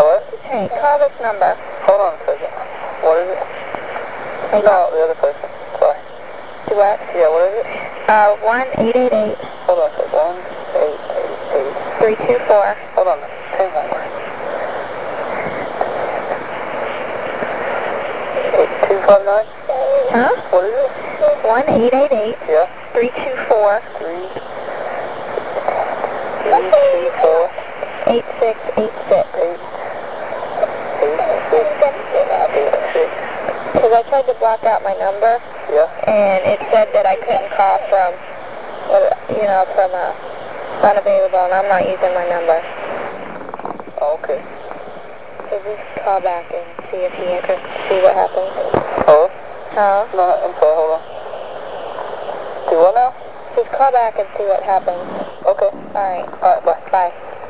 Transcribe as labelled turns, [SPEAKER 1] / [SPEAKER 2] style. [SPEAKER 1] Right.
[SPEAKER 2] Call this number.
[SPEAKER 3] Uh, Hold on a second. What is it?
[SPEAKER 2] Wait.
[SPEAKER 3] No, the other person. Sorry.
[SPEAKER 2] Do what?
[SPEAKER 3] Yeah, what is it?
[SPEAKER 2] Uh, one eight eight eight
[SPEAKER 3] Hold on a second. One, eight, eight, eight.
[SPEAKER 2] three two four.
[SPEAKER 3] Hold on. Hang on. Eight, two, five, nine?
[SPEAKER 2] Huh?
[SPEAKER 3] What is it?
[SPEAKER 2] One eight eight eight
[SPEAKER 3] Yeah.
[SPEAKER 2] three two four
[SPEAKER 3] Three. Three, two, four,
[SPEAKER 2] eight six eight six.
[SPEAKER 3] eight. Eight, six, eight, six.
[SPEAKER 2] Because I tried to block out my number,
[SPEAKER 3] Yeah.
[SPEAKER 2] and it said that I couldn't call from, uh, you know, from uh, unavailable, and I'm not using my number.
[SPEAKER 3] Oh, okay.
[SPEAKER 2] So just call back and see if he answers, see what happens.
[SPEAKER 3] Hello?
[SPEAKER 2] Huh?
[SPEAKER 3] No, I'm sorry. Hold on. Do what now?
[SPEAKER 2] Just call back and see what happens.
[SPEAKER 3] Okay.
[SPEAKER 2] All right. All right. Bye. Bye.